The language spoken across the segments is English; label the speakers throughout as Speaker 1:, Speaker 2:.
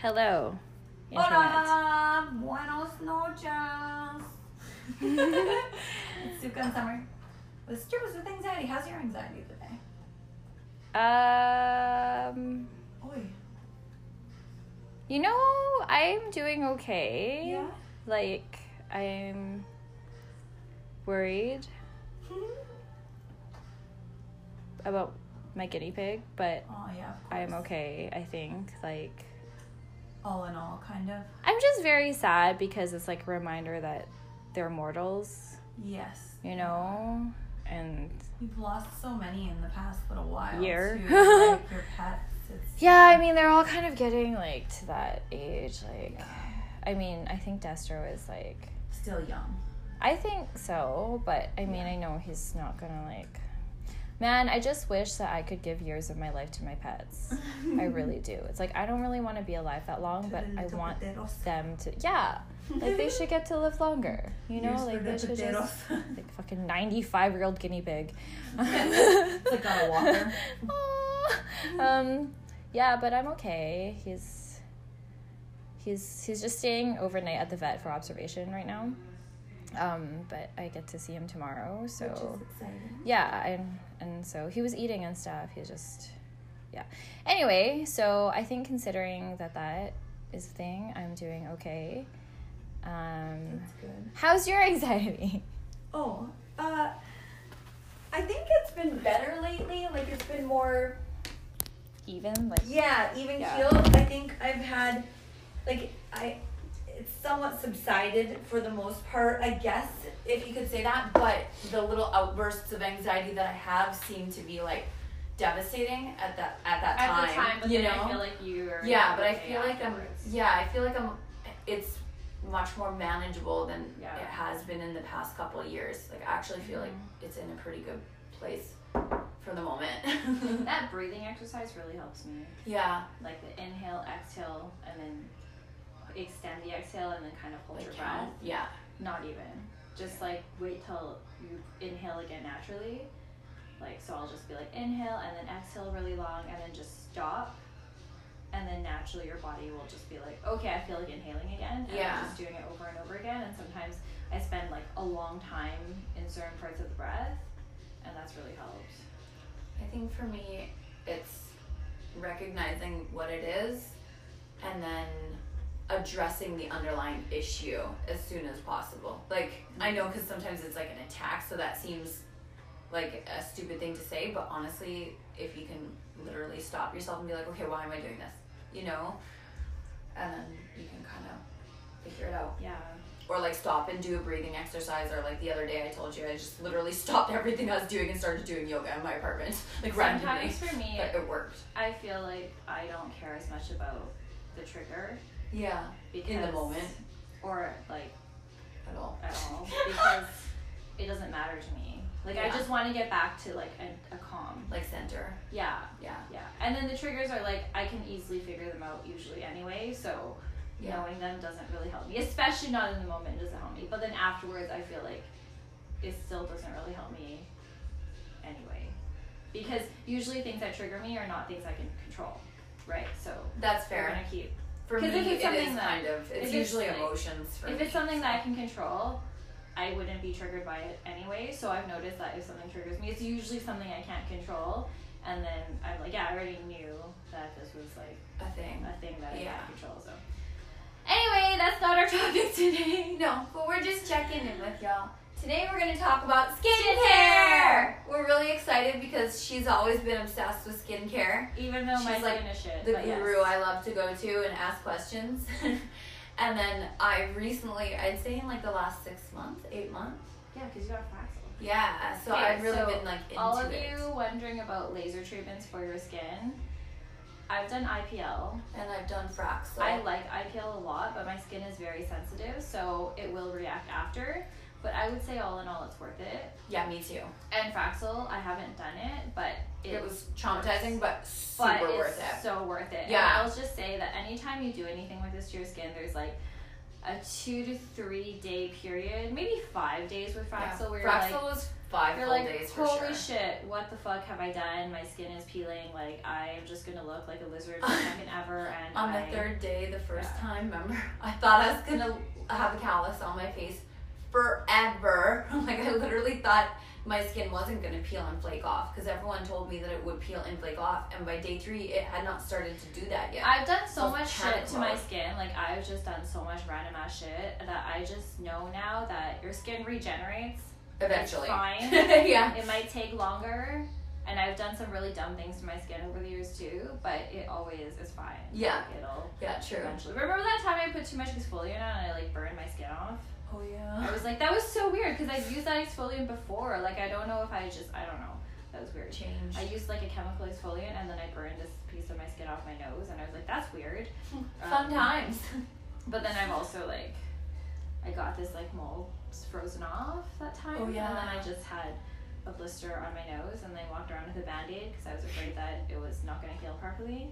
Speaker 1: Hello. Internet.
Speaker 2: Hola, buenos noches. it's Suka and Summer. With strippers with anxiety. How's your anxiety today?
Speaker 1: Um,
Speaker 2: Oi.
Speaker 1: you know, I'm doing okay.
Speaker 2: Yeah.
Speaker 1: Like, I'm worried
Speaker 2: Oh,
Speaker 1: about my guinea pig, but
Speaker 2: oh yeah. Of course.
Speaker 1: I'm okay, I think. Like,
Speaker 2: All in all, kind of.
Speaker 1: I'm just very sad because it's like a reminder that they're mortals,
Speaker 2: Yes.
Speaker 1: you know? And
Speaker 2: You've lost so many in the past little while.
Speaker 1: Year.
Speaker 2: Too. Like your pets. It's
Speaker 1: yeah, I mean, they're all kind of getting like to that age. Like, I mean, I think Destro is like
Speaker 2: still young.
Speaker 1: I think so, but I mean,
Speaker 2: Yeah.
Speaker 1: I know he's not gonna like. Man, I just wish that I could give years of my life to my pets. I really do. It's like I don't really want to be alive that long,
Speaker 2: To
Speaker 1: but
Speaker 2: the
Speaker 1: I
Speaker 2: little
Speaker 1: want
Speaker 2: potatoes.
Speaker 1: them to. Yeah, like they should get to live longer. You know,
Speaker 2: Years
Speaker 1: like
Speaker 2: for
Speaker 1: they
Speaker 2: the
Speaker 1: should
Speaker 2: potatoes.
Speaker 1: just like fucking ninety-five year old guinea pig.
Speaker 2: Like on a walker.
Speaker 1: Aw. um, yeah, but I'm okay. He's he's he's just staying overnight at the vet for observation right now. Um, but I get to see him tomorrow,
Speaker 2: Which
Speaker 1: so
Speaker 2: is exciting.
Speaker 1: yeah, and and so he was eating and stuff. He just yeah. Anyway, so I think considering that that is a thing, I'm doing okay. Um,
Speaker 2: That's good.
Speaker 1: how's your anxiety?
Speaker 2: Oh, uh, I think it's been better lately. Like it's been more,
Speaker 1: Even like
Speaker 2: yeah, even
Speaker 1: Yeah.
Speaker 2: keeled. I think I've had, like, I, it's somewhat subsided for the most part. I guess if you could say that. But the little outbursts of anxiety that I have seem to be like devastating at that at that
Speaker 3: at
Speaker 2: time.
Speaker 3: the time, but
Speaker 2: you
Speaker 3: then
Speaker 2: know.
Speaker 3: I feel like you are.
Speaker 2: yeah, but I
Speaker 3: okay
Speaker 2: feel like I'm.
Speaker 3: afterwards.
Speaker 2: Yeah, I feel like I'm. It's much more manageable than
Speaker 3: Yeah.
Speaker 2: it has been in the past couple of years. Like I actually feel like
Speaker 3: Mm-hmm.
Speaker 2: it's in a pretty good place for the moment.
Speaker 3: That breathing exercise really helps me.
Speaker 2: yeah,
Speaker 3: Like the inhale, exhale, and then extend the exhale, and then kind of hold
Speaker 2: like
Speaker 3: your breath.
Speaker 2: count. Yeah,
Speaker 3: Not even. Just like wait till you inhale again naturally. Like so, I'll just be like inhale and then exhale really long, and then just stop. And then naturally, your body will just be like, okay, I feel like inhaling again. And
Speaker 2: Yeah.
Speaker 3: I'm just doing it over and over again. And sometimes I spend like a long time in certain parts of the breath, and that's really helped.
Speaker 2: I think for me, it's recognizing what it is, and then addressing the underlying issue as soon as possible. Like I know because sometimes it's like an attack, so that seems like a stupid thing to say, but honestly, if you can literally stop yourself and be like, okay, why am I doing this? You know? And then you can kind of figure it out.
Speaker 3: Yeah.
Speaker 2: Or like stop and do a breathing exercise, or like the other day I told you, I just literally stopped everything I was doing and started doing yoga in my apartment. Like randomly.
Speaker 3: Sometimes for me,
Speaker 2: But it worked.
Speaker 3: I feel like I don't care as much about the trigger
Speaker 2: Yeah.
Speaker 3: because
Speaker 2: In the moment
Speaker 3: or like
Speaker 2: at all.
Speaker 3: at all because it doesn't matter to me. Like I
Speaker 2: Yeah.
Speaker 3: just want to get back to like a, a calm.
Speaker 2: Like center.
Speaker 3: Yeah,
Speaker 2: Yeah.
Speaker 3: yeah. And then the triggers are like I can easily figure them out usually anyway, so
Speaker 2: Yeah.
Speaker 3: knowing them doesn't really help me, especially not in the moment. It doesn't help me, but then afterwards I feel like it still doesn't really help me anyway because usually things that trigger me are not things I can control, right? So
Speaker 2: That's
Speaker 3: They're
Speaker 2: fair.
Speaker 3: gonna keep.
Speaker 2: For me,
Speaker 3: 'Cause if it's
Speaker 2: it
Speaker 3: something
Speaker 2: is
Speaker 3: that-
Speaker 2: kind of. It's
Speaker 3: it's
Speaker 2: usually
Speaker 3: like-
Speaker 2: emotions for
Speaker 3: If
Speaker 2: me,
Speaker 3: it's something
Speaker 2: so.
Speaker 3: that I can control, I wouldn't be triggered by it anyway. So I've noticed that if something triggers me, it's usually something I can't control. And then I'm like, yeah, I already knew that this was like
Speaker 2: a thing.
Speaker 3: a thing that I
Speaker 2: Yeah.
Speaker 3: can't control. So anyway, that's not our topic today.
Speaker 2: No, but we're just checking in with y'all. Today we're gonna talk about skincare. We're really excited because she's always been obsessed with skincare.
Speaker 3: Even though
Speaker 2: She's
Speaker 3: my
Speaker 2: like
Speaker 3: skin is shit.
Speaker 2: The
Speaker 3: but yes.
Speaker 2: guru I love to go to and ask questions. and then I recently, I'd say in like the last six months, eight months.
Speaker 3: Yeah, because you got Fraxel.
Speaker 2: Yeah, so
Speaker 3: Okay,
Speaker 2: I've really
Speaker 3: so
Speaker 2: been like into
Speaker 3: All of
Speaker 2: it.
Speaker 3: you wondering about laser treatments for your skin. I've done IPL.
Speaker 2: And I've done Fraxel.
Speaker 3: I like IPL a lot, but my skin is very sensitive, so it will react after. But I would say all in all, it's worth it.
Speaker 2: yeah, me too.
Speaker 3: And Fraxel, I haven't done it, but it,
Speaker 2: It was traumatizing, but super
Speaker 3: but it's
Speaker 2: worth it.
Speaker 3: so worth it. And
Speaker 2: Yeah.
Speaker 3: I'll just say that anytime you do anything with this to your skin, there's like a two to three day period, maybe five days with Fraxel, where you're
Speaker 2: Fraxel
Speaker 3: like,
Speaker 2: was five
Speaker 3: you're
Speaker 2: full
Speaker 3: like,
Speaker 2: days for
Speaker 3: holy
Speaker 2: sure.
Speaker 3: shit, what the fuck have I done? My skin is peeling. Like I am just gonna look like a lizard for second ever. And
Speaker 2: On
Speaker 3: I-
Speaker 2: the third day, the first
Speaker 3: Yeah.
Speaker 2: time, remember, I thought I was gonna have a callus on my face forever. Like I literally thought my skin wasn't gonna peel and flake off because everyone told me that it would peel and flake off, and by day three, it had not started to do that yet.
Speaker 3: I've done so
Speaker 2: Those
Speaker 3: much
Speaker 2: panic
Speaker 3: shit to my
Speaker 2: mode.
Speaker 3: skin. Like I've just done so much random ass shit that I just know now that your skin regenerates.
Speaker 2: Eventually,
Speaker 3: fine.
Speaker 2: yeah.
Speaker 3: It might take longer, and I've done some really dumb things to my skin over the years too. But it always is fine.
Speaker 2: Yeah.
Speaker 3: Like, it'll
Speaker 2: Yeah, true.
Speaker 3: eventually. Remember that time I put too much exfoliant on and I like burned my skin off?
Speaker 2: Oh
Speaker 3: I
Speaker 2: yeah.
Speaker 3: was like, that was so weird because I've used that exfoliant before. Like I don't know if I just I don't know. That was weird.
Speaker 2: Change.
Speaker 3: I used like a chemical exfoliant and then I burned this piece of my skin off my nose and I was like, that's weird.
Speaker 2: Fun
Speaker 3: Um,
Speaker 2: times.
Speaker 3: But then I'm also like, I got this like mole frozen off that time.
Speaker 2: Oh, yeah.
Speaker 3: And then I just had a blister on my nose and then I walked around with a band aid because I was afraid that it was not going to heal properly.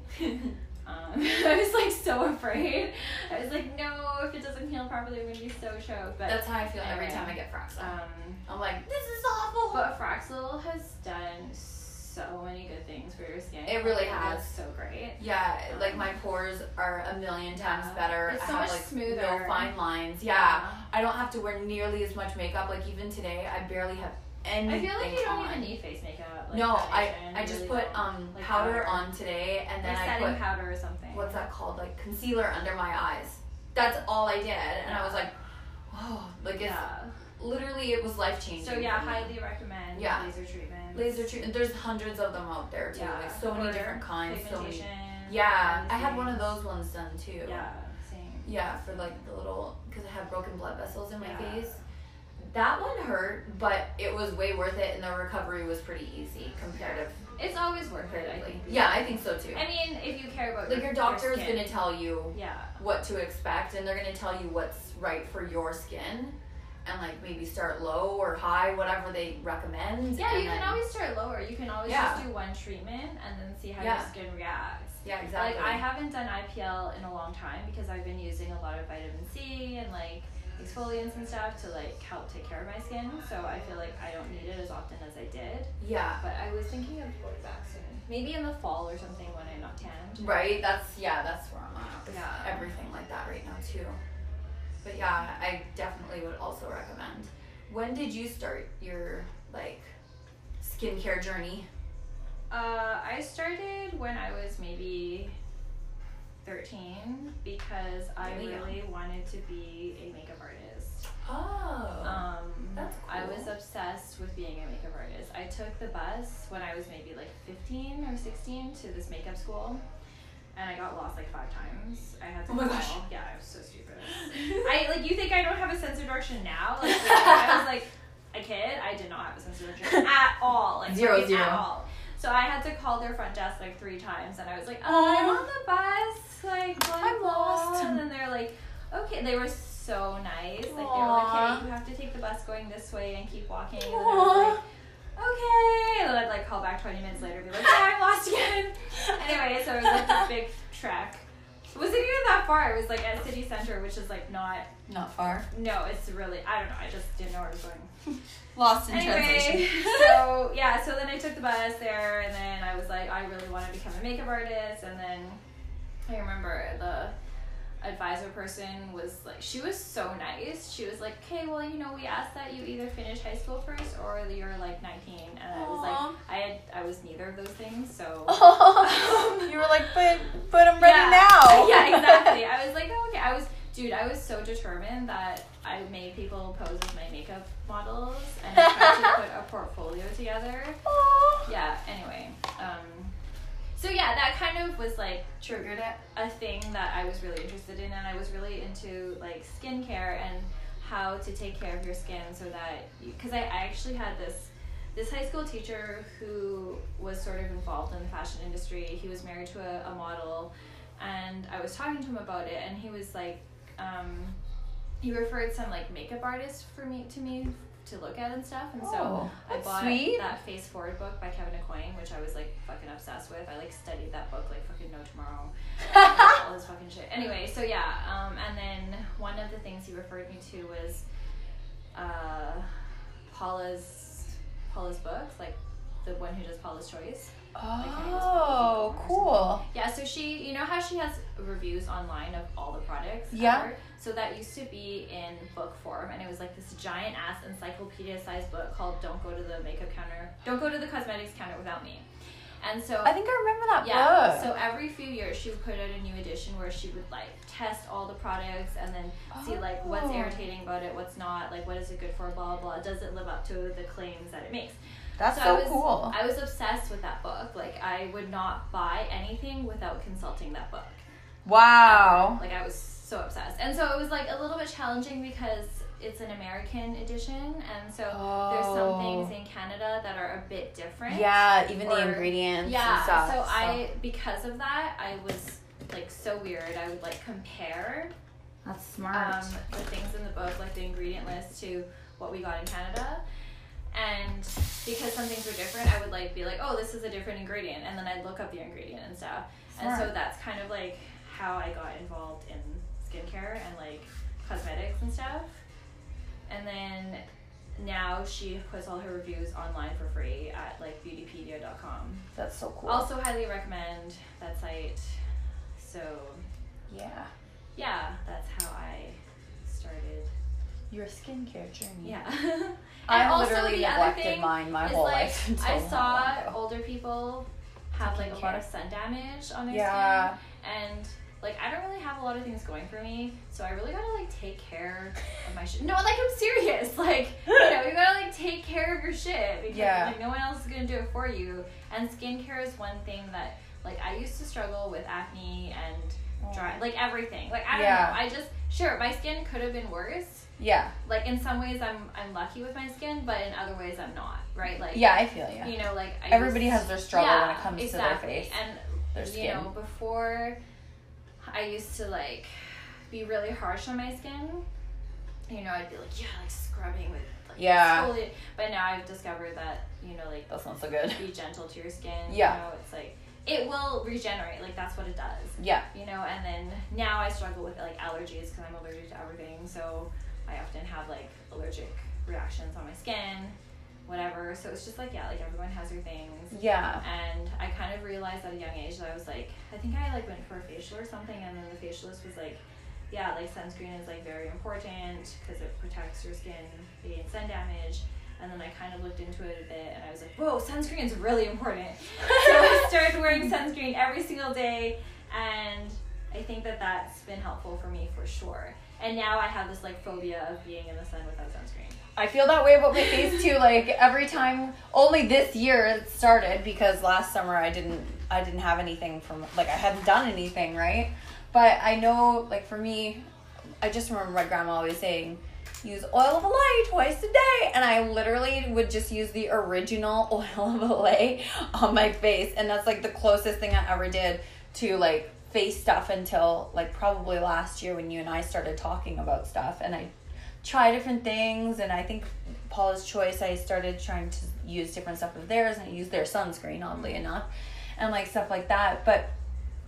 Speaker 3: Um, I was like so afraid. I was like, no, if it doesn't heal properly, I'm going to be so choked. But,
Speaker 2: That's how I feel every
Speaker 3: Anyway.
Speaker 2: time I get Fraxel.
Speaker 3: um,
Speaker 2: I'm like, this is awful.
Speaker 3: But Fraxel has done so many good things for your skin.
Speaker 2: It really
Speaker 3: Like,
Speaker 2: has.
Speaker 3: It's so great.
Speaker 2: Yeah, like my pores are a million times
Speaker 3: um, Yeah.
Speaker 2: better.
Speaker 3: It's
Speaker 2: I
Speaker 3: so
Speaker 2: have
Speaker 3: much
Speaker 2: like
Speaker 3: smoother.
Speaker 2: no fine lines. Yeah. I don't have to wear nearly as much makeup. Like even today, I barely have
Speaker 3: I
Speaker 2: anything.
Speaker 3: feel like you don't
Speaker 2: on.
Speaker 3: even need face makeup. Like
Speaker 2: no, I
Speaker 3: foundation,
Speaker 2: I
Speaker 3: you
Speaker 2: just
Speaker 3: really
Speaker 2: put
Speaker 3: don't.
Speaker 2: um
Speaker 3: Like
Speaker 2: powder,
Speaker 3: powder.
Speaker 2: on today, and then
Speaker 3: like
Speaker 2: I
Speaker 3: setting
Speaker 2: put
Speaker 3: powder or something.
Speaker 2: what's that called? Like concealer under my eyes. That's all I did, and I was like, oh, like it's
Speaker 3: Yeah.
Speaker 2: literally it was life changing.
Speaker 3: So yeah, highly recommend
Speaker 2: Yeah.
Speaker 3: laser treatment.
Speaker 2: laser treatment. There's hundreds of them out there too.
Speaker 3: Yeah.
Speaker 2: Like so many
Speaker 3: Or
Speaker 2: different kinds. So many.
Speaker 3: Pigmentation.
Speaker 2: Yeah,
Speaker 3: cleansing.
Speaker 2: I had one of those ones done too.
Speaker 3: Yeah. Same.
Speaker 2: Yeah, for like the little because I have broken blood vessels in my
Speaker 3: Yeah.
Speaker 2: face. That one hurt, but it was way worth it, and the recovery was pretty easy comparative.
Speaker 3: It's always worth it. I
Speaker 2: comparatively.
Speaker 3: think.
Speaker 2: Yeah, I think so too.
Speaker 3: I mean, if you care about
Speaker 2: Like your doctor is
Speaker 3: skin.
Speaker 2: gonna tell you
Speaker 3: Yeah.
Speaker 2: what to expect, and they're gonna tell you what's right for your skin, and like maybe start low or high, whatever they recommend.
Speaker 3: Yeah,
Speaker 2: and
Speaker 3: you can
Speaker 2: then-
Speaker 3: always start lower. You can always
Speaker 2: Yeah.
Speaker 3: just do one treatment and then see how
Speaker 2: Yeah.
Speaker 3: your skin reacts.
Speaker 2: Yeah, exactly.
Speaker 3: Like I haven't done IPL in a long time because I've been using a lot of vitamin C and like exfoliants and stuff to like help take care of my skin. So I feel like I don't need it as often as I did.
Speaker 2: yeah.
Speaker 3: But I was thinking of going back soon, maybe in the fall or something when I'm not tanned.
Speaker 2: Right? That's yeah, that's where I'm at. with
Speaker 3: Yeah.
Speaker 2: Everything like that right now too. But yeah, I definitely would also recommend. When did you start your like skincare journey?
Speaker 3: Uh, I started when I was maybe 13 because I
Speaker 2: Really young.
Speaker 3: really wanted to be a makeup artist.
Speaker 2: Oh.
Speaker 3: Um,
Speaker 2: That's
Speaker 3: I was
Speaker 2: cool.
Speaker 3: obsessed with being a makeup artist. I took the bus when I was maybe like 15 or 16 to this makeup school, and I got lost like five times. I had to
Speaker 2: Oh my
Speaker 3: call.
Speaker 2: gosh.
Speaker 3: Yeah, I was so stupid. I like you think I don't have a sense of direction now? Like when I was like a kid, I did not have a sense of direction at all. Like
Speaker 1: Zero,
Speaker 3: fucking
Speaker 1: zero.
Speaker 3: At all. So I had to call their front desk like three times, and I was like, "Oh, I'm
Speaker 2: Aw.
Speaker 3: on the bus. Like, blah,
Speaker 2: I'm
Speaker 3: blah."
Speaker 2: lost.
Speaker 3: And then they're like, "Okay." They were so nice. Like they were
Speaker 2: Aw.
Speaker 3: like, "Hey, you have to take the bus going this way and keep walking." And then I
Speaker 2: Aw.
Speaker 3: was like, "Okay." And then I'd like call back twenty minutes later, and be like, "Yeah, I'm lost again." anyway, so it was like this big trek. It wasn't even that far. It was like at city center, which is like not.
Speaker 2: Not far.
Speaker 3: No, it's really. I don't know. I just didn't know where I was going
Speaker 2: Lost
Speaker 3: anyway, so yeah, so then I took the bus there, and then I was like, I really want to become a makeup artist, and then I remember the advisor person was like, she was so nice. She was like, okay, well, you know, we asked that you either finish high school first or that you're like 19, and I was
Speaker 2: Aw.
Speaker 3: like, I had, I was neither of those things, so.
Speaker 1: you were like, but but I'm ready
Speaker 3: um, Yeah.
Speaker 1: now.
Speaker 3: yeah, exactly. I was like, oh, okay. I was, dude, I was so determined that I made people pose with my makeup models and I tried to put a portfolio together.
Speaker 1: Aw.
Speaker 3: Yeah, anyway. Um, so, yeah, that kind of was like
Speaker 2: Triggered it.
Speaker 3: a thing that I was really interested in, and I was really into like skincare and how to take care of your skin so that because I, I actually had this this high school teacher who was sort of involved in the fashion industry. He was married to a, a model, and I was talking to him about it, and he was like, um, he referred some like makeup artist for me to me to look at and stuff, and so.
Speaker 1: Oh,
Speaker 3: I
Speaker 1: that's
Speaker 3: bought
Speaker 1: sweet.
Speaker 3: that Face Forward book by Kevin O'Coin, which I was like fucking obsessed with. I like studied that book like fucking no tomorrow. all this fucking shit. Anyway, so yeah, um, and then one of the things he referred me to was uh, Paula's Paula's books, like the one who does Paula's Choice.
Speaker 2: Oh, cool.
Speaker 3: Yeah, so she, you know how she has reviews online of all the products?
Speaker 2: Yeah.
Speaker 3: ever? So that used to be in book form, and it was like this giant ass encyclopedia sized book called Don't Go to the Makeup Counter, Don't Go to the Cosmetics Counter Without Me. And so
Speaker 2: I think I remember that
Speaker 3: yeah.
Speaker 2: book.
Speaker 3: So every few years, she would put out a new edition where she would like test all the products and then see like what's
Speaker 2: Oh.
Speaker 3: irritating about it, what's not, like what is it good for, blah blah. blah. Does it live up to the claims that it makes?
Speaker 2: That's so,
Speaker 3: I was,
Speaker 2: cool.
Speaker 3: I was obsessed with that book. Like I would not buy anything without consulting that book.
Speaker 2: wow.
Speaker 3: Like I was so obsessed, and so it was like a little bit challenging because it's an American edition, and so there's some
Speaker 2: Oh.
Speaker 3: things in Canada that are a bit different.
Speaker 2: Yeah, even the
Speaker 3: Or-
Speaker 2: ingredients
Speaker 3: Yeah.
Speaker 2: and stuff.
Speaker 3: so I because of that I was like so weird. I would like compare
Speaker 4: That's smart.
Speaker 3: um, the things in the book, like the ingredient list, to what we got in Canada. And because some things were different, I would like be like, oh, this is a different ingredient, and then I'd look up the ingredient and stuff. And so
Speaker 4: Smart.
Speaker 3: that's kind of like how I got involved in skincare and like cosmetics and stuff. And then now she puts all her reviews online for free at like beautypedia.com.
Speaker 2: That's so cool.
Speaker 3: Also, highly recommend that site. So,
Speaker 2: yeah.
Speaker 3: yeah, that's how I started.
Speaker 2: Your skincare journey.
Speaker 3: Yeah. and
Speaker 2: I
Speaker 3: also,
Speaker 2: literally
Speaker 3: the other
Speaker 2: neglected
Speaker 3: thing
Speaker 2: mine my
Speaker 3: is
Speaker 2: whole
Speaker 3: like,
Speaker 2: life. Until
Speaker 3: I
Speaker 2: not long
Speaker 3: saw
Speaker 2: ago.
Speaker 3: older people have like a lot
Speaker 2: Skincare.
Speaker 3: of sun damage on their
Speaker 2: Yeah.
Speaker 3: skin, and like I don't really have a lot of things going for me, so I really gotta like take care of my shit. No, like I'm serious. Like you know, you gotta like take care of your shit because
Speaker 2: Yeah.
Speaker 3: like no one else is gonna do it for you. And skincare is one thing that like I used to struggle with acne and dry, like everything. Like I don't
Speaker 2: Oh. Yeah.
Speaker 3: know. I just sure my skin could have been worse
Speaker 2: Yeah.
Speaker 3: like in some ways I'm I'm lucky with my skin, but in other ways I'm not, right? Like
Speaker 2: Yeah, I feel you.
Speaker 3: you know, like I
Speaker 2: Everybody
Speaker 3: used-
Speaker 2: has their struggle when
Speaker 3: Yeah,
Speaker 2: it comes
Speaker 3: exactly.
Speaker 2: to their face,
Speaker 3: And
Speaker 2: their
Speaker 3: you
Speaker 2: skin.
Speaker 3: know, before I used to like be really harsh on my skin. You know, I'd be like, yeah, like scrubbing with like
Speaker 2: Yeah.
Speaker 3: exfoliate. But now I've discovered that you know, like
Speaker 2: That's not so good.
Speaker 3: be gentle to your skin.
Speaker 2: Yeah.
Speaker 3: You know, it's like it will regenerate. Like that's what it does
Speaker 2: Yeah.
Speaker 3: you know and then now i struggle with like allergies because i'm allergic to everything so i often have like allergic reactions on my skin whatever so it's just like yeah like everyone has their things
Speaker 2: Yeah.
Speaker 3: and i kind of realized at a young age that i was like i think i like went for a facial or something and then the facialist was like yeah like sunscreen is like very important because it protects your skin against sun damage and then I kind of looked into it a bit and I was like, whoa, sunscreen is really important. so I started wearing sunscreen every single day and I think that that's been helpful for me for sure. And now I have this like phobia of being in the sun without sunscreen.
Speaker 2: I feel that way about my face too. Like every time, only this year it started because last summer I didn't, I didn't have anything from like I hadn't done anything right. But I know, like for me, I just remember my grandma always saying, "Use oil of Olay twice a day," and I literally would just use the original oil of Olay on my face, and that's like the closest thing I ever did to like face stuff until like probably last year when you and I started talking about stuff, and I try different things and I think Paula's choice I started trying to use different stuff of theirs and I used their sunscreen oddly
Speaker 3: Mm-hmm.
Speaker 2: enough and like stuff like that but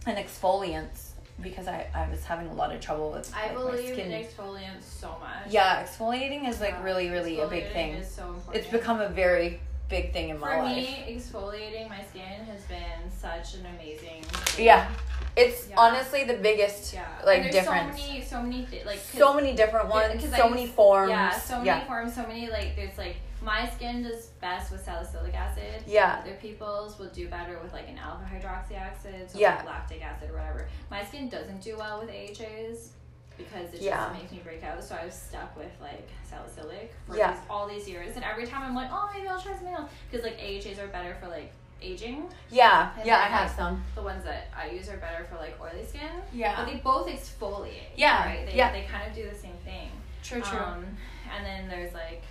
Speaker 2: and exfoliants because I, I was having a lot of trouble with
Speaker 3: I
Speaker 2: like, my
Speaker 3: believe
Speaker 2: skin.
Speaker 3: in exfoliants so much. Um,
Speaker 2: yeah exfoliating is like really really a big thing
Speaker 3: Is so important.
Speaker 2: it's become a very big thing in my
Speaker 3: for
Speaker 2: life
Speaker 3: me, exfoliating my skin has been such an amazing. thing.
Speaker 2: yeah it's
Speaker 3: Yeah.
Speaker 2: honestly the biggest
Speaker 3: Yeah.
Speaker 2: like
Speaker 3: and there's
Speaker 2: difference
Speaker 3: So many, so many, thi- like 'cause-
Speaker 2: so many different
Speaker 3: Yeah,
Speaker 2: ones
Speaker 3: 'cause I
Speaker 2: so
Speaker 3: use-
Speaker 2: many forms
Speaker 3: Yeah, so many
Speaker 2: yeah
Speaker 3: forms, so many like there's like my skin does best with salicylic acid.
Speaker 2: yeah
Speaker 3: Other people's will do better with like an alpha hydroxy acid, so
Speaker 2: Yeah.
Speaker 3: like lactic acid or whatever. My skin doesn't do well with AHAs because it
Speaker 2: Yeah.
Speaker 3: just makes me break out. So I was stuck with like salicylic for
Speaker 2: Yeah.
Speaker 3: these- all these years, and every time I'm like, oh, maybe I'll try something else because like AHAs are better for like aging.
Speaker 2: yeah
Speaker 3: And
Speaker 2: yeah I
Speaker 3: then,
Speaker 2: have
Speaker 3: like,
Speaker 2: some
Speaker 3: The ones that I use are better for like oily skin.
Speaker 2: yeah
Speaker 3: But they both exfoliate.
Speaker 2: Yeah,
Speaker 3: Right? They,
Speaker 2: yeah.
Speaker 3: They kind of do the same thing.
Speaker 2: True,
Speaker 3: Um, and then there's like,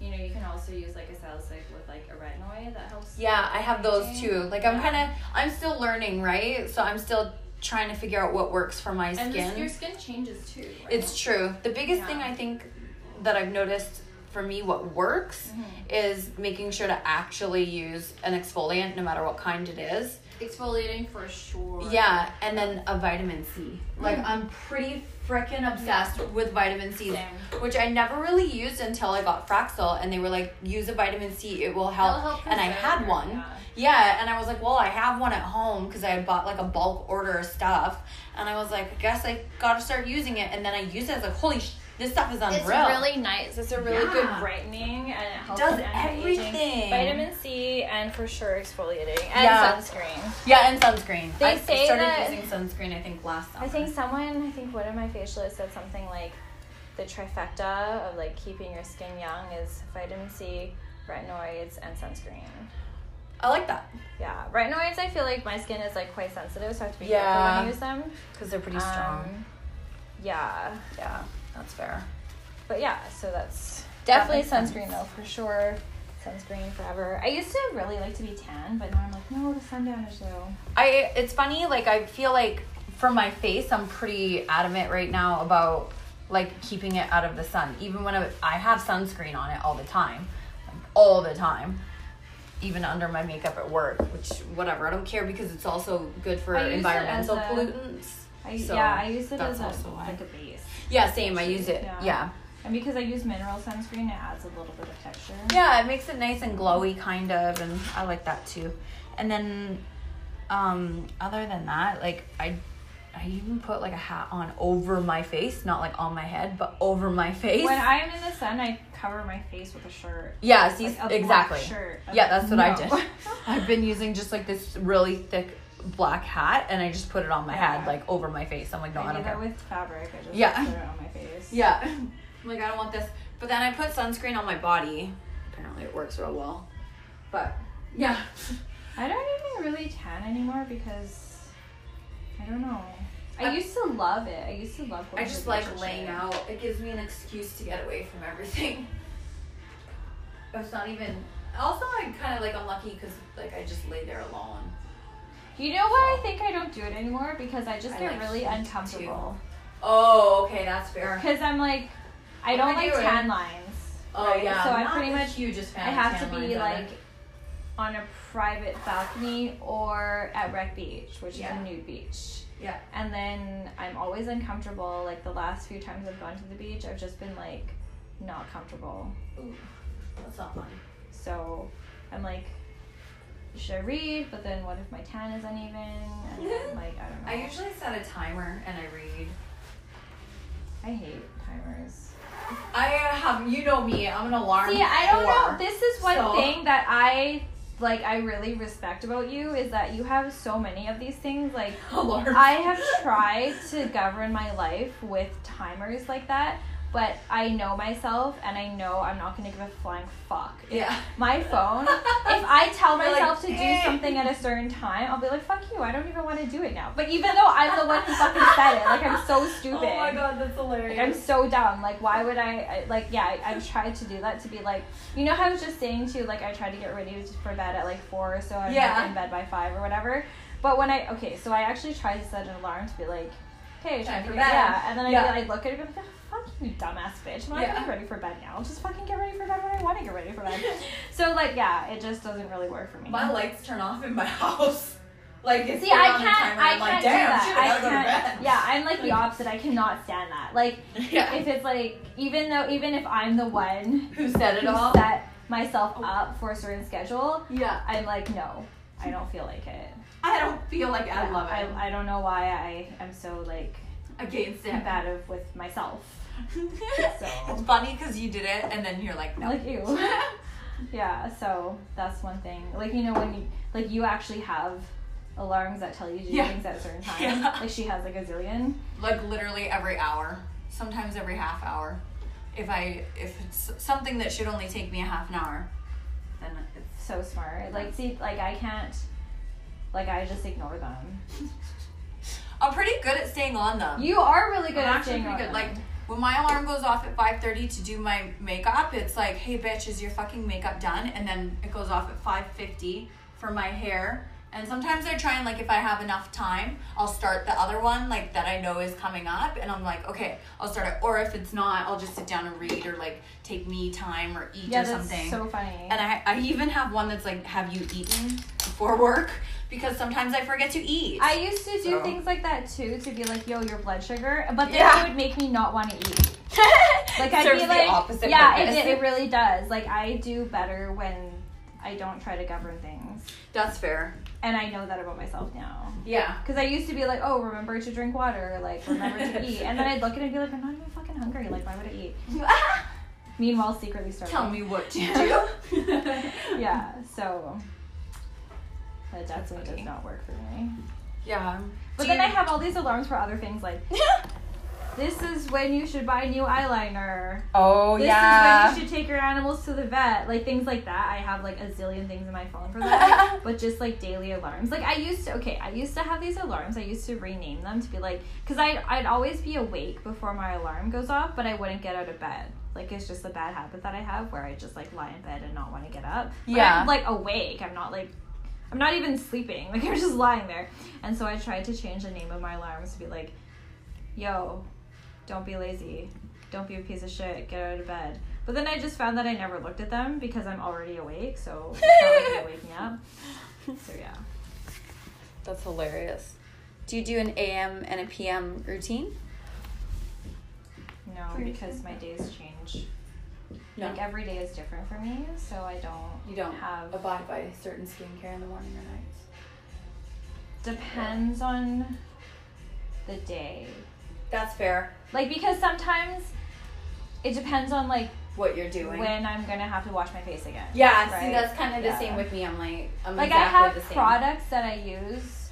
Speaker 3: you know, you can also use like a salicylic with like a retinoid that helps.
Speaker 2: yeah, I have those
Speaker 3: aging.
Speaker 2: too. Like I'm
Speaker 3: Yeah.
Speaker 2: kind of, I'm still learning, right? So I'm still trying to figure out what works for my
Speaker 3: And this, your
Speaker 2: skin.
Speaker 3: skin changes too. Right?
Speaker 2: It's true. The biggest
Speaker 3: Yeah.
Speaker 2: thing I think that I've noticed for me what
Speaker 5: Mm-hmm.
Speaker 2: works is making sure to actually use an exfoliant no matter what kind it is
Speaker 5: Exfoliating for sure.
Speaker 2: Yeah, and then a vitamin C. Like
Speaker 5: Mm.
Speaker 2: I'm pretty freaking obsessed with vitamin C,
Speaker 5: Same.
Speaker 2: which I never really used until I got Fraxel, and they were like, use a vitamin C, it will help.
Speaker 5: That'll help
Speaker 2: and I
Speaker 5: preserve
Speaker 2: had
Speaker 5: your-
Speaker 2: one.
Speaker 5: yeah.
Speaker 2: Yeah, and I was like, well, I have one at home because I had bought like a bulk order of stuff, and I was like, I guess I gotta start using it, and then I used it. I was like, holy, sh- this stuff is unreal.
Speaker 3: It's really nice. It's a really good
Speaker 2: Yeah.
Speaker 3: brightening and it helps
Speaker 2: does
Speaker 3: with anti-aging.
Speaker 2: everything.
Speaker 3: Vitamin C and for sure exfoliating and
Speaker 2: Yeah.
Speaker 3: sunscreen.
Speaker 2: yeah, and sunscreen.
Speaker 3: They
Speaker 2: I
Speaker 3: say
Speaker 2: started
Speaker 3: that-
Speaker 2: using sunscreen. I think last summer.
Speaker 3: I think someone, I think one of my facialists said something like the trifecta of like keeping your skin young is vitamin C, retinoids, and sunscreen.
Speaker 2: I like that
Speaker 3: Yeah, retinoids. I feel like my skin is like quite sensitive, so I have to be careful
Speaker 2: Yeah.
Speaker 3: when I use them.
Speaker 2: because they're pretty strong.
Speaker 3: Um, yeah,
Speaker 2: yeah, that's fair.
Speaker 3: but yeah, so that's
Speaker 2: That
Speaker 3: definitely
Speaker 2: makes sense.
Speaker 3: sunscreen though for sure. Sunscreen forever. I used to really like to be tan, but now I'm like, no, the sun damage though.
Speaker 2: I it's funny like I feel like for my face I'm pretty adamant right now about like keeping it out of the sun even when I, I have sunscreen on it all the time like, all the time even under my makeup at work which whatever I don't care because it's also good for
Speaker 3: I use it
Speaker 2: environmental
Speaker 3: as a-
Speaker 2: pollutants
Speaker 3: I,
Speaker 2: So,
Speaker 3: yeah, I used it
Speaker 2: that's
Speaker 3: as a,
Speaker 2: also why.
Speaker 3: like a base.
Speaker 2: yeah same I use it
Speaker 3: Yeah.
Speaker 2: yeah
Speaker 3: And because I use mineral sunscreen, it adds a little bit of texture.
Speaker 2: Yeah, it makes it nice and glowy, kind of, and I like that too. And then, um, other than that, like I, I even put like a hat on over my face, not like on my head, but over my face.
Speaker 3: When I am in the sun, I cover my face with a shirt.
Speaker 2: yeah, see,
Speaker 3: Like a black
Speaker 2: exactly.
Speaker 3: shirt.
Speaker 2: Yeah, that's what I
Speaker 3: No.
Speaker 2: did. I've been using just like this really thick black hat, and I just put it on my
Speaker 3: Yeah.
Speaker 2: head, like over my face. I'm like, no, I,
Speaker 3: I
Speaker 2: don't
Speaker 3: do
Speaker 2: care.
Speaker 3: that with fabric. I just
Speaker 2: Yeah.
Speaker 3: put it on my face.
Speaker 2: yeah, I'm like I don't want this. But then I put sunscreen on my body. Apparently, it works real well. But yeah.
Speaker 3: I don't even really tan anymore because I don't know. I,
Speaker 2: I-
Speaker 3: used to love it. I used to love.
Speaker 6: I
Speaker 3: going to
Speaker 6: just
Speaker 3: the
Speaker 6: like
Speaker 3: beach and
Speaker 6: laying
Speaker 3: shit.
Speaker 6: out. It gives me an excuse to get away from everything. It's not even. Also, I'm kind of like unlucky because like I just lay there alone.
Speaker 3: You know why I think I don't do it anymore? Because I just
Speaker 6: I
Speaker 3: get
Speaker 6: like
Speaker 3: really
Speaker 6: to do.
Speaker 3: uncomfortable.
Speaker 6: Oh, okay, that's fair.
Speaker 3: Because I'm like, I
Speaker 6: What
Speaker 3: don't
Speaker 6: am I
Speaker 3: like
Speaker 6: doing?
Speaker 3: tan lines.
Speaker 6: Oh
Speaker 3: right?
Speaker 6: yeah.
Speaker 3: So I
Speaker 6: not
Speaker 3: pretty
Speaker 6: the
Speaker 3: much
Speaker 6: hugest fan
Speaker 3: I
Speaker 6: of
Speaker 3: have to
Speaker 6: tan lines
Speaker 3: be
Speaker 6: either.
Speaker 3: like on a private balcony or at Rec Beach, which
Speaker 6: Yeah.
Speaker 3: is a nude beach.
Speaker 6: Yeah.
Speaker 3: And then I'm always uncomfortable. Like the last few times I've gone to the beach, I've just been like not comfortable.
Speaker 6: Ooh, that's not fun.
Speaker 3: So I'm like, should I read? But then what if my tan is uneven? And then, like I don't know.
Speaker 6: I usually set a timer and I read.
Speaker 3: I hate timers.
Speaker 6: I uh, have, you know me, I'm an alarm.
Speaker 3: See, I don't know.
Speaker 6: whore.
Speaker 3: This is one
Speaker 6: So-
Speaker 3: thing that I like. I really respect about you is that you have so many of these things. Like
Speaker 6: Alarm.
Speaker 3: I have tried to govern my life with timers like that, but I know myself and I know I'm not gonna give a flying fuck. If
Speaker 6: Yeah.
Speaker 3: My phone, if I tell
Speaker 6: You're like,
Speaker 3: myself to
Speaker 6: "Eh."
Speaker 3: do something at a certain time, I'll be like, fuck you, I don't even wanna do it now. But even though I'm the one who fucking said it, like I'm so stupid.
Speaker 6: Oh my god, that's hilarious.
Speaker 3: Like I'm so dumb. Like why would I, I like yeah, I, I've tried to do that to be like you know how I was just saying to you, like I tried to get ready for bed at like four so I'm like,
Speaker 6: Yeah.
Speaker 3: in bed by five or whatever. But when I okay, so I actually tried to set an alarm to be like, Okay,
Speaker 6: Time
Speaker 3: time
Speaker 6: for
Speaker 3: for
Speaker 6: bed.
Speaker 3: Yeah, and then I
Speaker 6: Yeah.
Speaker 3: I look at it and be like, fuck you dumbass bitch. I'm not
Speaker 6: Yeah.
Speaker 3: getting ready for bed now. Just fucking get ready for bed when I wanna get ready for bed. so like yeah, it just doesn't really work for me.
Speaker 6: My lights turn off in my house. Like, it's
Speaker 3: See, I
Speaker 6: on the
Speaker 3: can't.
Speaker 6: timer,
Speaker 3: I
Speaker 6: I'm
Speaker 3: can't
Speaker 6: like,
Speaker 3: do
Speaker 6: damn,
Speaker 3: that.
Speaker 6: shit,
Speaker 3: I
Speaker 6: I gotta
Speaker 3: can't.
Speaker 6: go to bed.
Speaker 3: Yeah, I'm like the opposite. I cannot stand that. Like,
Speaker 6: Yeah.
Speaker 3: if it's like, even though, even if I'm the one
Speaker 6: Who said it
Speaker 3: who
Speaker 6: all?
Speaker 3: set myself
Speaker 2: Oh.
Speaker 3: up for a certain schedule,
Speaker 6: Yeah.
Speaker 3: I'm like, no, I don't feel like it.
Speaker 6: I don't feel like I
Speaker 3: Yeah,
Speaker 6: love it.
Speaker 3: I, I don't know why I am so like
Speaker 6: Against it.
Speaker 3: combative with myself.
Speaker 2: it's funny because you did it and then you're like, no.
Speaker 3: Like you. yeah. So that's one thing. Like you know when you like you actually have alarms that tell you to do
Speaker 2: Yeah.
Speaker 3: things at a certain time.
Speaker 2: Yeah.
Speaker 3: Like she has like a zillion.
Speaker 2: like literally every hour, sometimes every half hour. If I if it's something that should only take me a half an hour, then it's
Speaker 3: so smart. Like, see, like I can't, like I just ignore them.
Speaker 2: I'm pretty good at staying on them.
Speaker 3: You are really good
Speaker 2: I'm
Speaker 3: at
Speaker 2: actually
Speaker 3: staying
Speaker 2: pretty
Speaker 3: on
Speaker 2: good.
Speaker 3: them.
Speaker 2: Like when my alarm goes off at 5:30 to do my makeup, it's like, "Hey bitch, is your fucking makeup done?" And then it goes off at 5:50 for my hair. And sometimes I try and like if I have enough time, I'll start the other one like that I know is coming up and I'm like, "Okay, I'll start it." Or if it's not, I'll just sit down and read or like take me time or eat
Speaker 3: yeah,
Speaker 2: or
Speaker 3: that's
Speaker 2: something.
Speaker 3: so funny.
Speaker 2: And I, I even have one that's like, have you eaten? It's before work because sometimes I forget to eat.
Speaker 3: I used to do
Speaker 2: So.
Speaker 3: things like that too to be like, yo, your blood sugar, but then
Speaker 2: Yeah.
Speaker 3: it would make me not want to eat. Like I'd
Speaker 2: Serves
Speaker 3: be
Speaker 2: the
Speaker 3: like,
Speaker 2: opposite
Speaker 3: yeah,
Speaker 2: purpose.
Speaker 3: it, it really does. Like I do better when I don't try to govern things,
Speaker 2: That's fair.
Speaker 3: and I know that about myself now.
Speaker 2: Yeah.
Speaker 3: Because I used to be like, oh, remember to drink water, like remember to eat, and then I'd look at it and be like, I'm not even fucking hungry. Like why would I eat? Meanwhile, secretly starving.
Speaker 2: Tell me what to do.
Speaker 3: Yeah. So. That definitely
Speaker 2: funny.
Speaker 3: does not work for me.
Speaker 2: yeah.
Speaker 3: But
Speaker 2: Do
Speaker 3: then
Speaker 2: you-
Speaker 3: I have all these alarms for other things like this is when you should buy new eyeliner.
Speaker 2: oh
Speaker 3: This
Speaker 2: yeah.
Speaker 3: is when you should take your animals to the vet. Like things like that. I have like a zillion things in my phone for that. but just like daily alarms. Like I used to okay, I used to have these alarms. I used to rename them to be like cuz I would I'd always be awake before my alarm goes off, but I wouldn't get out of bed. Like it's just a bad habit that I have where I just like lie in bed and not want to get up. But
Speaker 2: Yeah.
Speaker 3: I'm like awake. I'm not like I'm not even sleeping. Like I'm just lying there. And so I tried to change the name of my alarms to be like, yo, don't be lazy. Don't be a piece of shit. Get out of bed. But then I just found that I never looked at them because I'm already awake, so it's not like they wake me up. So yeah.
Speaker 2: That's hilarious. Do you do an AM and a PM routine?
Speaker 3: No, because my days change. Like every day is different for me, so I don't
Speaker 2: You don't
Speaker 3: have
Speaker 2: abide by certain skincare in the morning or nights.
Speaker 3: depends on the day.
Speaker 2: That's fair.
Speaker 3: Like because sometimes it depends on like
Speaker 2: What you're doing.
Speaker 3: when I'm gonna have to wash my face again.
Speaker 2: yeah, see,
Speaker 3: right?
Speaker 2: that's kind of the
Speaker 3: Yeah.
Speaker 2: same with me. I'm like, I'm
Speaker 3: Like
Speaker 2: exactly
Speaker 3: I have
Speaker 2: the same.
Speaker 3: products that I use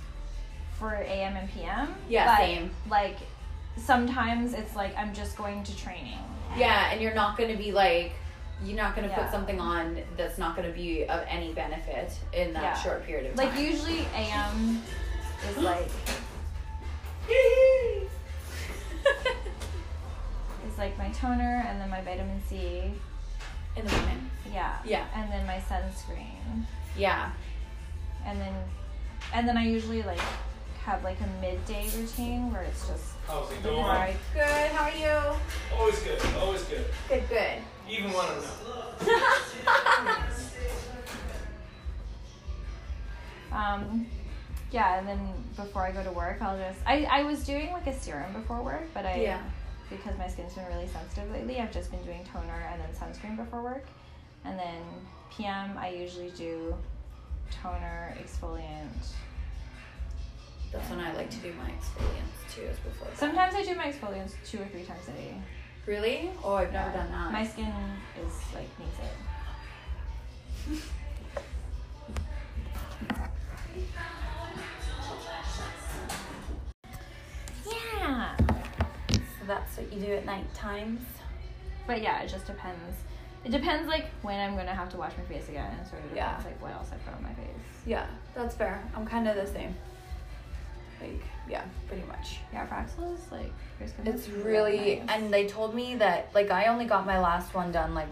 Speaker 3: for AM and PM.
Speaker 2: Yeah,
Speaker 3: but
Speaker 2: same.
Speaker 3: like sometimes it's like I'm just going to training.
Speaker 2: Yeah, and you're not going to be like, you're not going to put
Speaker 3: Yeah.
Speaker 2: something on that's not going to be of any benefit in that
Speaker 3: Yeah.
Speaker 2: short period of
Speaker 3: Like
Speaker 2: time.
Speaker 3: usually AM is like is like my toner and then my vitamin C.
Speaker 2: in the morning.
Speaker 3: Yeah.
Speaker 2: Yeah.
Speaker 3: And then my sunscreen.
Speaker 2: Yeah.
Speaker 3: And then and then I usually like have like a midday routine where it's just
Speaker 7: How's it
Speaker 3: before I
Speaker 7: going?
Speaker 2: Good. How are you?
Speaker 7: "Oh, Always good. Always good.
Speaker 2: Good. Good.
Speaker 7: Even when I'm not.
Speaker 3: Um, yeah, and then before I go to work, I'll just I, I was doing like a serum before work, but I
Speaker 2: Yeah.
Speaker 3: because my skin's been really sensitive lately, I've just been doing toner and then sunscreen before work, and then PM I usually do toner, exfoliant.
Speaker 2: That's when I like to do my exfoliants too, is before. bed.
Speaker 3: Sometimes I do my exfoliants two or three times a day.
Speaker 2: Really? Oh, I've never done that.
Speaker 3: My skin is like needs it. yeah.
Speaker 2: so that's what you do at night times.
Speaker 3: But yeah, it just depends. It depends like when I'm gonna have to wash my face again. It sort of
Speaker 2: Yeah.
Speaker 3: depends like what else I put on my face.
Speaker 2: Yeah, that's fair. I'm kind of the same. Like, yeah, pretty much.
Speaker 3: Yeah, Fraxel's like yours comes
Speaker 2: It's
Speaker 3: out
Speaker 2: really,
Speaker 3: nice.
Speaker 2: and they told me that, like, I only got my last one done, like,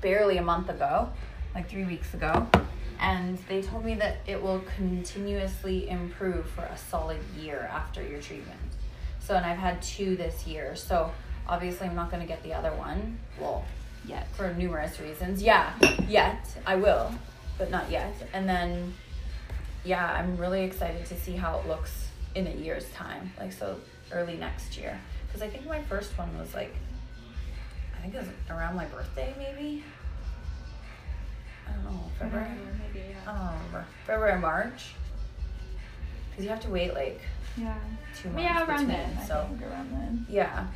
Speaker 2: barely a month ago, like three weeks ago. And they told me that it will continuously improve for a solid year after your treatment. So, and I've had two this year. So, obviously, I'm not going to get the other one. Well,
Speaker 3: yet.
Speaker 2: for numerous reasons. Yeah, yet I will, but not yet. And then, yeah, I'm really excited to see how it looks in a year's time, like so early next year, because I think my first one was like, I think it was around my birthday, maybe. I don't know February.
Speaker 3: Maybe
Speaker 2: I
Speaker 3: yeah.
Speaker 2: don't remember February, March. Because you have to wait like
Speaker 3: Yeah.
Speaker 2: two months.
Speaker 3: yeah, around
Speaker 2: between,
Speaker 3: then. I
Speaker 2: So.
Speaker 3: think around then.
Speaker 2: Yeah.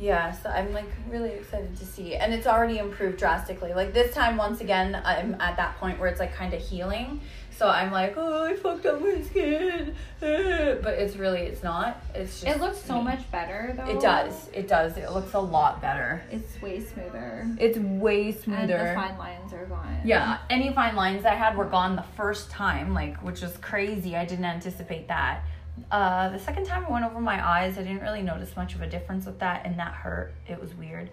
Speaker 2: Yeah, so I'm like really excited to see. And it's already improved drastically. Like this time, once again, I'm at that point where it's like kind of healing. So I'm like, oh, I fucked up my skin. Eh, But it's really, it's not. It's just.
Speaker 3: It looks so
Speaker 2: me.
Speaker 3: much better though.
Speaker 2: It does. It does. It looks a lot better.
Speaker 3: It's way smoother.
Speaker 2: It's way
Speaker 3: And the
Speaker 2: smoother.
Speaker 3: fine lines are gone.
Speaker 2: Yeah, any fine lines I had were gone the first time, like which was crazy. I didn't anticipate that. Uh, the second time I went over my eyes, I didn't really notice much of a difference with that, and that hurt. It was weird.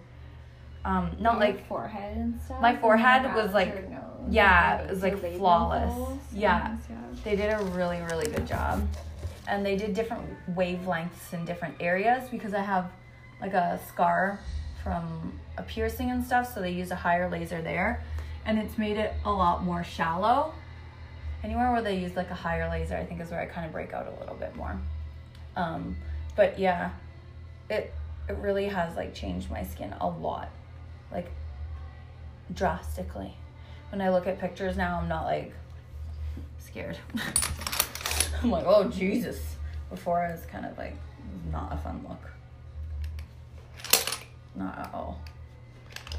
Speaker 2: Um, not
Speaker 3: Your
Speaker 2: like
Speaker 3: forehead and stuff.
Speaker 2: my
Speaker 3: and
Speaker 2: forehead
Speaker 3: your
Speaker 2: was,
Speaker 3: brows,
Speaker 2: like-
Speaker 3: your nose,
Speaker 2: yeah,
Speaker 3: your
Speaker 2: it was,
Speaker 3: lip-
Speaker 2: like,
Speaker 3: your labial
Speaker 2: flawless.
Speaker 3: folds,
Speaker 2: Yeah.
Speaker 3: things, yeah.
Speaker 2: they did a really really good job, and they did different wavelengths in different areas because I have like a scar from a piercing and stuff, so they use a higher laser there, and it's made it a lot more shallow.
Speaker 8: Anywhere where they use like a higher laser, I think is where I kind of break out a little bit more. Um, but yeah, it it really has like changed my skin a lot, like drastically. When I look at pictures now, I'm not like scared. I'm like, oh Jesus. Before I was kind of like not a fun look. Not at all.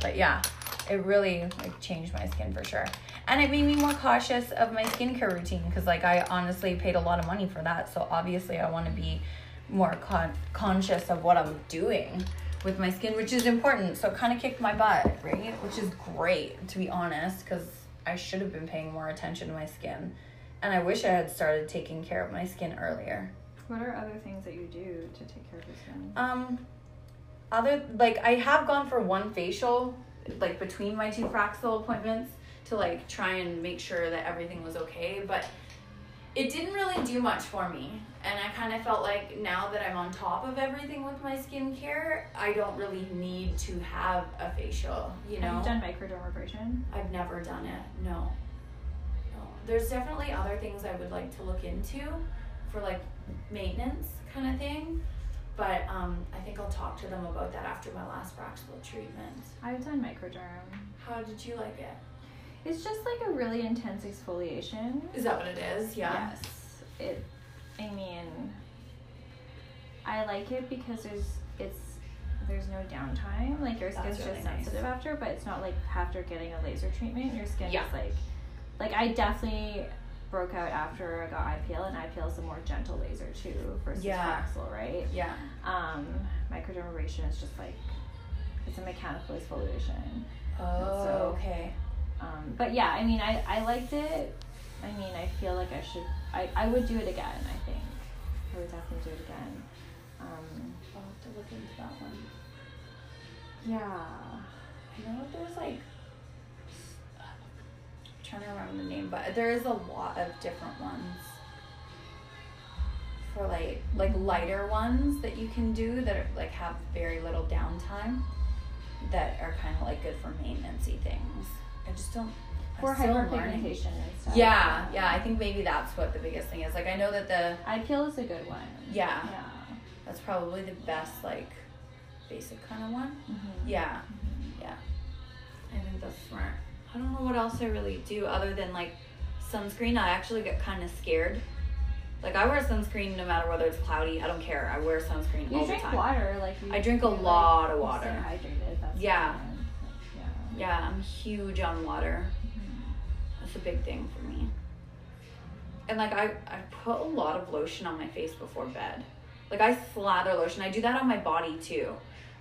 Speaker 8: But yeah, it really like changed my skin for sure. And it made me more cautious of my skincare routine because like I honestly paid a lot of money for that. So obviously I want to be more con- conscious of what I'm doing with my skin, which is important. So it kind of kicked my butt, right? Which is great to be honest because I should have been paying more attention to my skin. And I wish I had started taking care of my skin earlier.
Speaker 3: What are other things that you do to take care of your skin?
Speaker 8: Um, other like I have gone for one facial, like between my two Fraxel appointments
Speaker 2: to like try and make sure that everything was okay, but it didn't really do much for me. And I kind of felt like now that I'm on top of everything with my skincare, I don't really need to have a facial, you know?
Speaker 3: Have you done microdermabrasion?
Speaker 2: I've never done it. No. No. There's definitely other things I would like to look into for like maintenance kind of thing. But um, I think I'll talk to them about that after my last Braxville treatment.
Speaker 3: I've done microderm.
Speaker 2: How did you like it?
Speaker 3: It's just like a really intense exfoliation.
Speaker 2: Is that what it is? Yeah.
Speaker 3: Yes. It. I mean, I like it because there's it's there's no downtime. Like your
Speaker 2: That's
Speaker 3: skin's
Speaker 2: really
Speaker 3: just
Speaker 2: nice.
Speaker 3: sensitive after, but it's not like after getting a laser treatment, your skin
Speaker 2: Yeah.
Speaker 3: is like like I definitely broke out after I got IPL, and IPL is a more gentle laser too versus
Speaker 2: Yeah.
Speaker 3: Fraxel, right?
Speaker 2: Yeah.
Speaker 3: Um, microdermabrasion is just like it's a mechanical exfoliation.
Speaker 2: Oh, okay.
Speaker 3: Um, but yeah, I mean, I, I liked it. I mean, I feel like I should, I, I would do it again, I think. I would definitely do it again. Um,
Speaker 2: I'll have to look into that one.
Speaker 3: yeah.
Speaker 2: I know there's like I'm trying to remember the name, but there is a lot of different ones for like like lighter ones that you can do that are, like have very little downtime that are kind of like good for maintenancey things. I just don't. I'm
Speaker 3: For
Speaker 2: still learning.
Speaker 3: hyperpigmentation and stuff.
Speaker 2: Yeah, yeah. I think maybe that's what the biggest thing is. Like I know that the
Speaker 3: Eye peel is a good one.
Speaker 2: yeah,
Speaker 3: Yeah.
Speaker 2: that's probably the best like basic kind of one.
Speaker 3: hmm
Speaker 2: Yeah. Yeah. I think that's smart. I don't know what else I really do other than like sunscreen. I actually get kind of scared. Like I wear sunscreen no matter whether it's cloudy. I don't care. I wear sunscreen
Speaker 3: You
Speaker 2: all the
Speaker 3: drink
Speaker 2: time.
Speaker 3: water, like you,
Speaker 2: I drink a
Speaker 3: you, like,
Speaker 2: lot of
Speaker 3: you
Speaker 2: water.
Speaker 3: Stay hydrated. That's
Speaker 2: Yeah.
Speaker 3: important. Like, Mm-hmm.
Speaker 2: Yeah, I'm huge on water. That's a big thing for me. And like I, I put a lot of lotion on my face before bed. Like I slather lotion. I do that on my body too.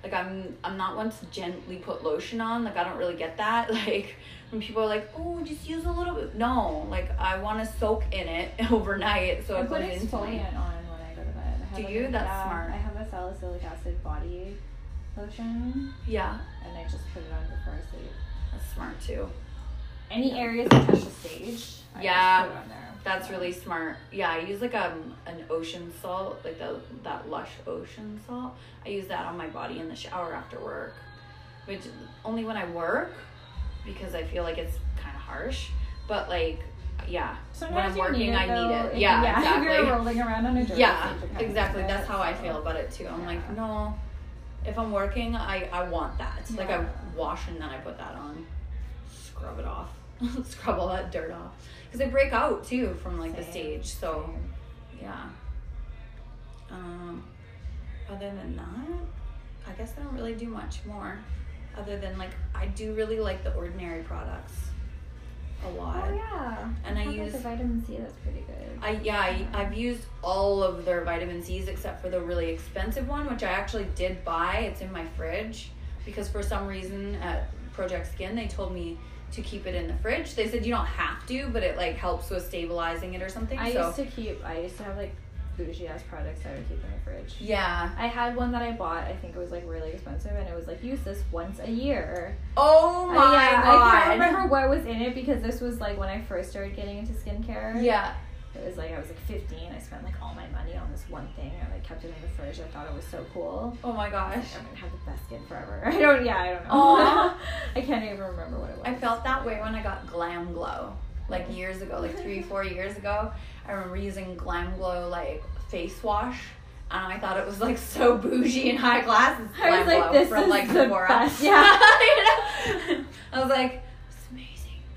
Speaker 2: Like I'm I'm not one to gently put lotion on. Like I don't really get that. Like when people are like, oh, just use a little bit. No, like I want to soak in it overnight so
Speaker 3: I
Speaker 2: it
Speaker 3: put
Speaker 2: goes into my-
Speaker 3: exfoliant on when I go to bed. I have
Speaker 2: Do
Speaker 3: like
Speaker 2: you?
Speaker 3: A,
Speaker 2: That's
Speaker 3: yeah,
Speaker 2: smart.
Speaker 3: I have a salicylic acid body lotion,
Speaker 2: Yeah,
Speaker 3: and I just put it on before I sleep.
Speaker 2: that's smart too.
Speaker 3: Any areas that touch the stage, I
Speaker 2: Yeah,
Speaker 3: just put on there.
Speaker 2: That's really smart. Yeah, I use like um an ocean salt, like the that lush ocean salt. I use that on my body in the shower after work, which only when I work, because I feel like it's kind of harsh. But like, yeah, when I'm
Speaker 3: Sometimes you
Speaker 2: working,
Speaker 3: need it,
Speaker 2: I need
Speaker 3: though,
Speaker 2: it.
Speaker 3: if-
Speaker 2: Yeah,
Speaker 3: If
Speaker 2: exactly.
Speaker 3: you're rolling around on a dirt
Speaker 2: Yeah,
Speaker 3: stage, you kinda
Speaker 2: exactly.
Speaker 3: need
Speaker 2: That's
Speaker 3: it,
Speaker 2: how I
Speaker 3: so.
Speaker 2: feel about it too. I'm
Speaker 3: Yeah.
Speaker 2: like, no, if I'm working, I I want that. Like I
Speaker 3: Yeah.
Speaker 2: wash and then I put that on, scrub it off, scrub all that dirt off. Because I break out too from like the
Speaker 3: Same,
Speaker 2: stage. So yeah. Um, other than that, I guess I don't really do much more. Other than like I do really like the ordinary products a lot.
Speaker 3: Oh yeah.
Speaker 2: And I
Speaker 3: How about
Speaker 2: use
Speaker 3: the vitamin C. That's pretty good.
Speaker 2: I yeah, I, I've used all of their vitamin C's except for the really expensive one, which I actually did buy. It's in my fridge because for some reason at Project Skin they told me to keep it in the fridge. They said you don't have to, but it like helps with stabilizing it or something.
Speaker 3: I
Speaker 2: so
Speaker 3: used to keep. I used to have like bougie ass products that I would keep in the fridge.
Speaker 2: yeah.
Speaker 3: I had one that I bought. I think it was like really expensive, and it was like use this once a year.
Speaker 2: Oh
Speaker 3: I-
Speaker 2: my
Speaker 3: yeah,
Speaker 2: god.
Speaker 3: I can't remember what was in it because this was like when I first started getting into skincare.
Speaker 2: Yeah.
Speaker 3: It was like I was like 15. I spent like all my money on this one thing. I like kept it in the fridge. I thought it was so cool.
Speaker 2: Oh my
Speaker 3: I was
Speaker 2: gosh.
Speaker 3: like, I'm gonna have the best skin forever. I don't. Yeah, I don't know.
Speaker 2: Aw.
Speaker 3: I can't even remember what it was.
Speaker 2: I felt that way when I got Glam Glow. like years ago, like three, four years ago. I remember using Glam Glow like face wash. And I thought it was like so bougie and high class. It's
Speaker 3: I was
Speaker 2: Glam
Speaker 3: like,
Speaker 2: Glow
Speaker 3: this is
Speaker 2: from like
Speaker 3: the
Speaker 2: Sephora.
Speaker 3: best.
Speaker 2: You know?
Speaker 3: Yeah.
Speaker 2: I was like, it's amazing.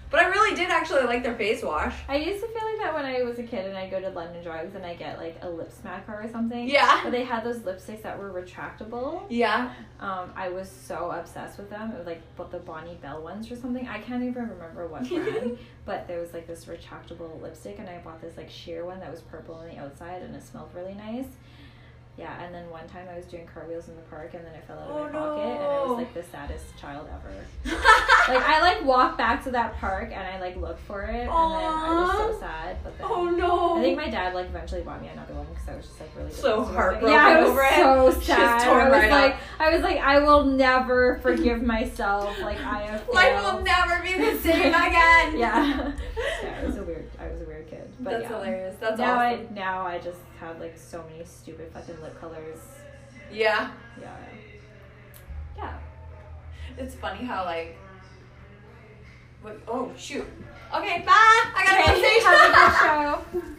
Speaker 2: But I really did actually like their face wash.
Speaker 3: I used to feel like that when I was a kid and I go to London Drugs and I get like a lip smacker or something. But
Speaker 2: Yeah.
Speaker 3: they had those lipsticks that were retractable.
Speaker 2: Yeah.
Speaker 3: Um, I was so obsessed with them. It was like what the Bonnie Bell ones or something. I can't even remember what brand, but there was like this retractable lipstick, and I bought this like sheer one that was purple on the outside, and it smelled really nice. Yeah, and then one time I was doing cartwheels in the park, and then it fell out of
Speaker 2: Oh,
Speaker 3: my pocket, and I
Speaker 2: no.
Speaker 3: was like the saddest child ever. like I like walked back to that park, and I like looked for it, and then I was
Speaker 2: Aw.
Speaker 3: so sad. But then
Speaker 2: Oh no.
Speaker 3: I think my dad like eventually bought me another one because I was just like really
Speaker 2: So
Speaker 3: disappointed.
Speaker 2: heartbroken
Speaker 3: Yeah, I was
Speaker 2: over it.
Speaker 3: so
Speaker 2: Just
Speaker 3: sad.
Speaker 2: torn
Speaker 3: I was
Speaker 2: right
Speaker 3: like,
Speaker 2: up.
Speaker 3: I was like, I will never forgive myself. Like I have.
Speaker 2: Life
Speaker 3: failed.
Speaker 2: will never be the same again.
Speaker 3: Yeah. yeah, I was a weird. I was a weird kid. But
Speaker 2: That's
Speaker 3: yeah.
Speaker 2: hilarious. That's
Speaker 3: now
Speaker 2: awesome.
Speaker 3: I now I just have like so many stupid fucking lip colors.
Speaker 2: yeah.
Speaker 3: Yeah. Yeah.
Speaker 2: It's funny how like. What, oh shoot. Okay, bye. I gotta
Speaker 3: Okay,
Speaker 2: go say
Speaker 3: have a good show.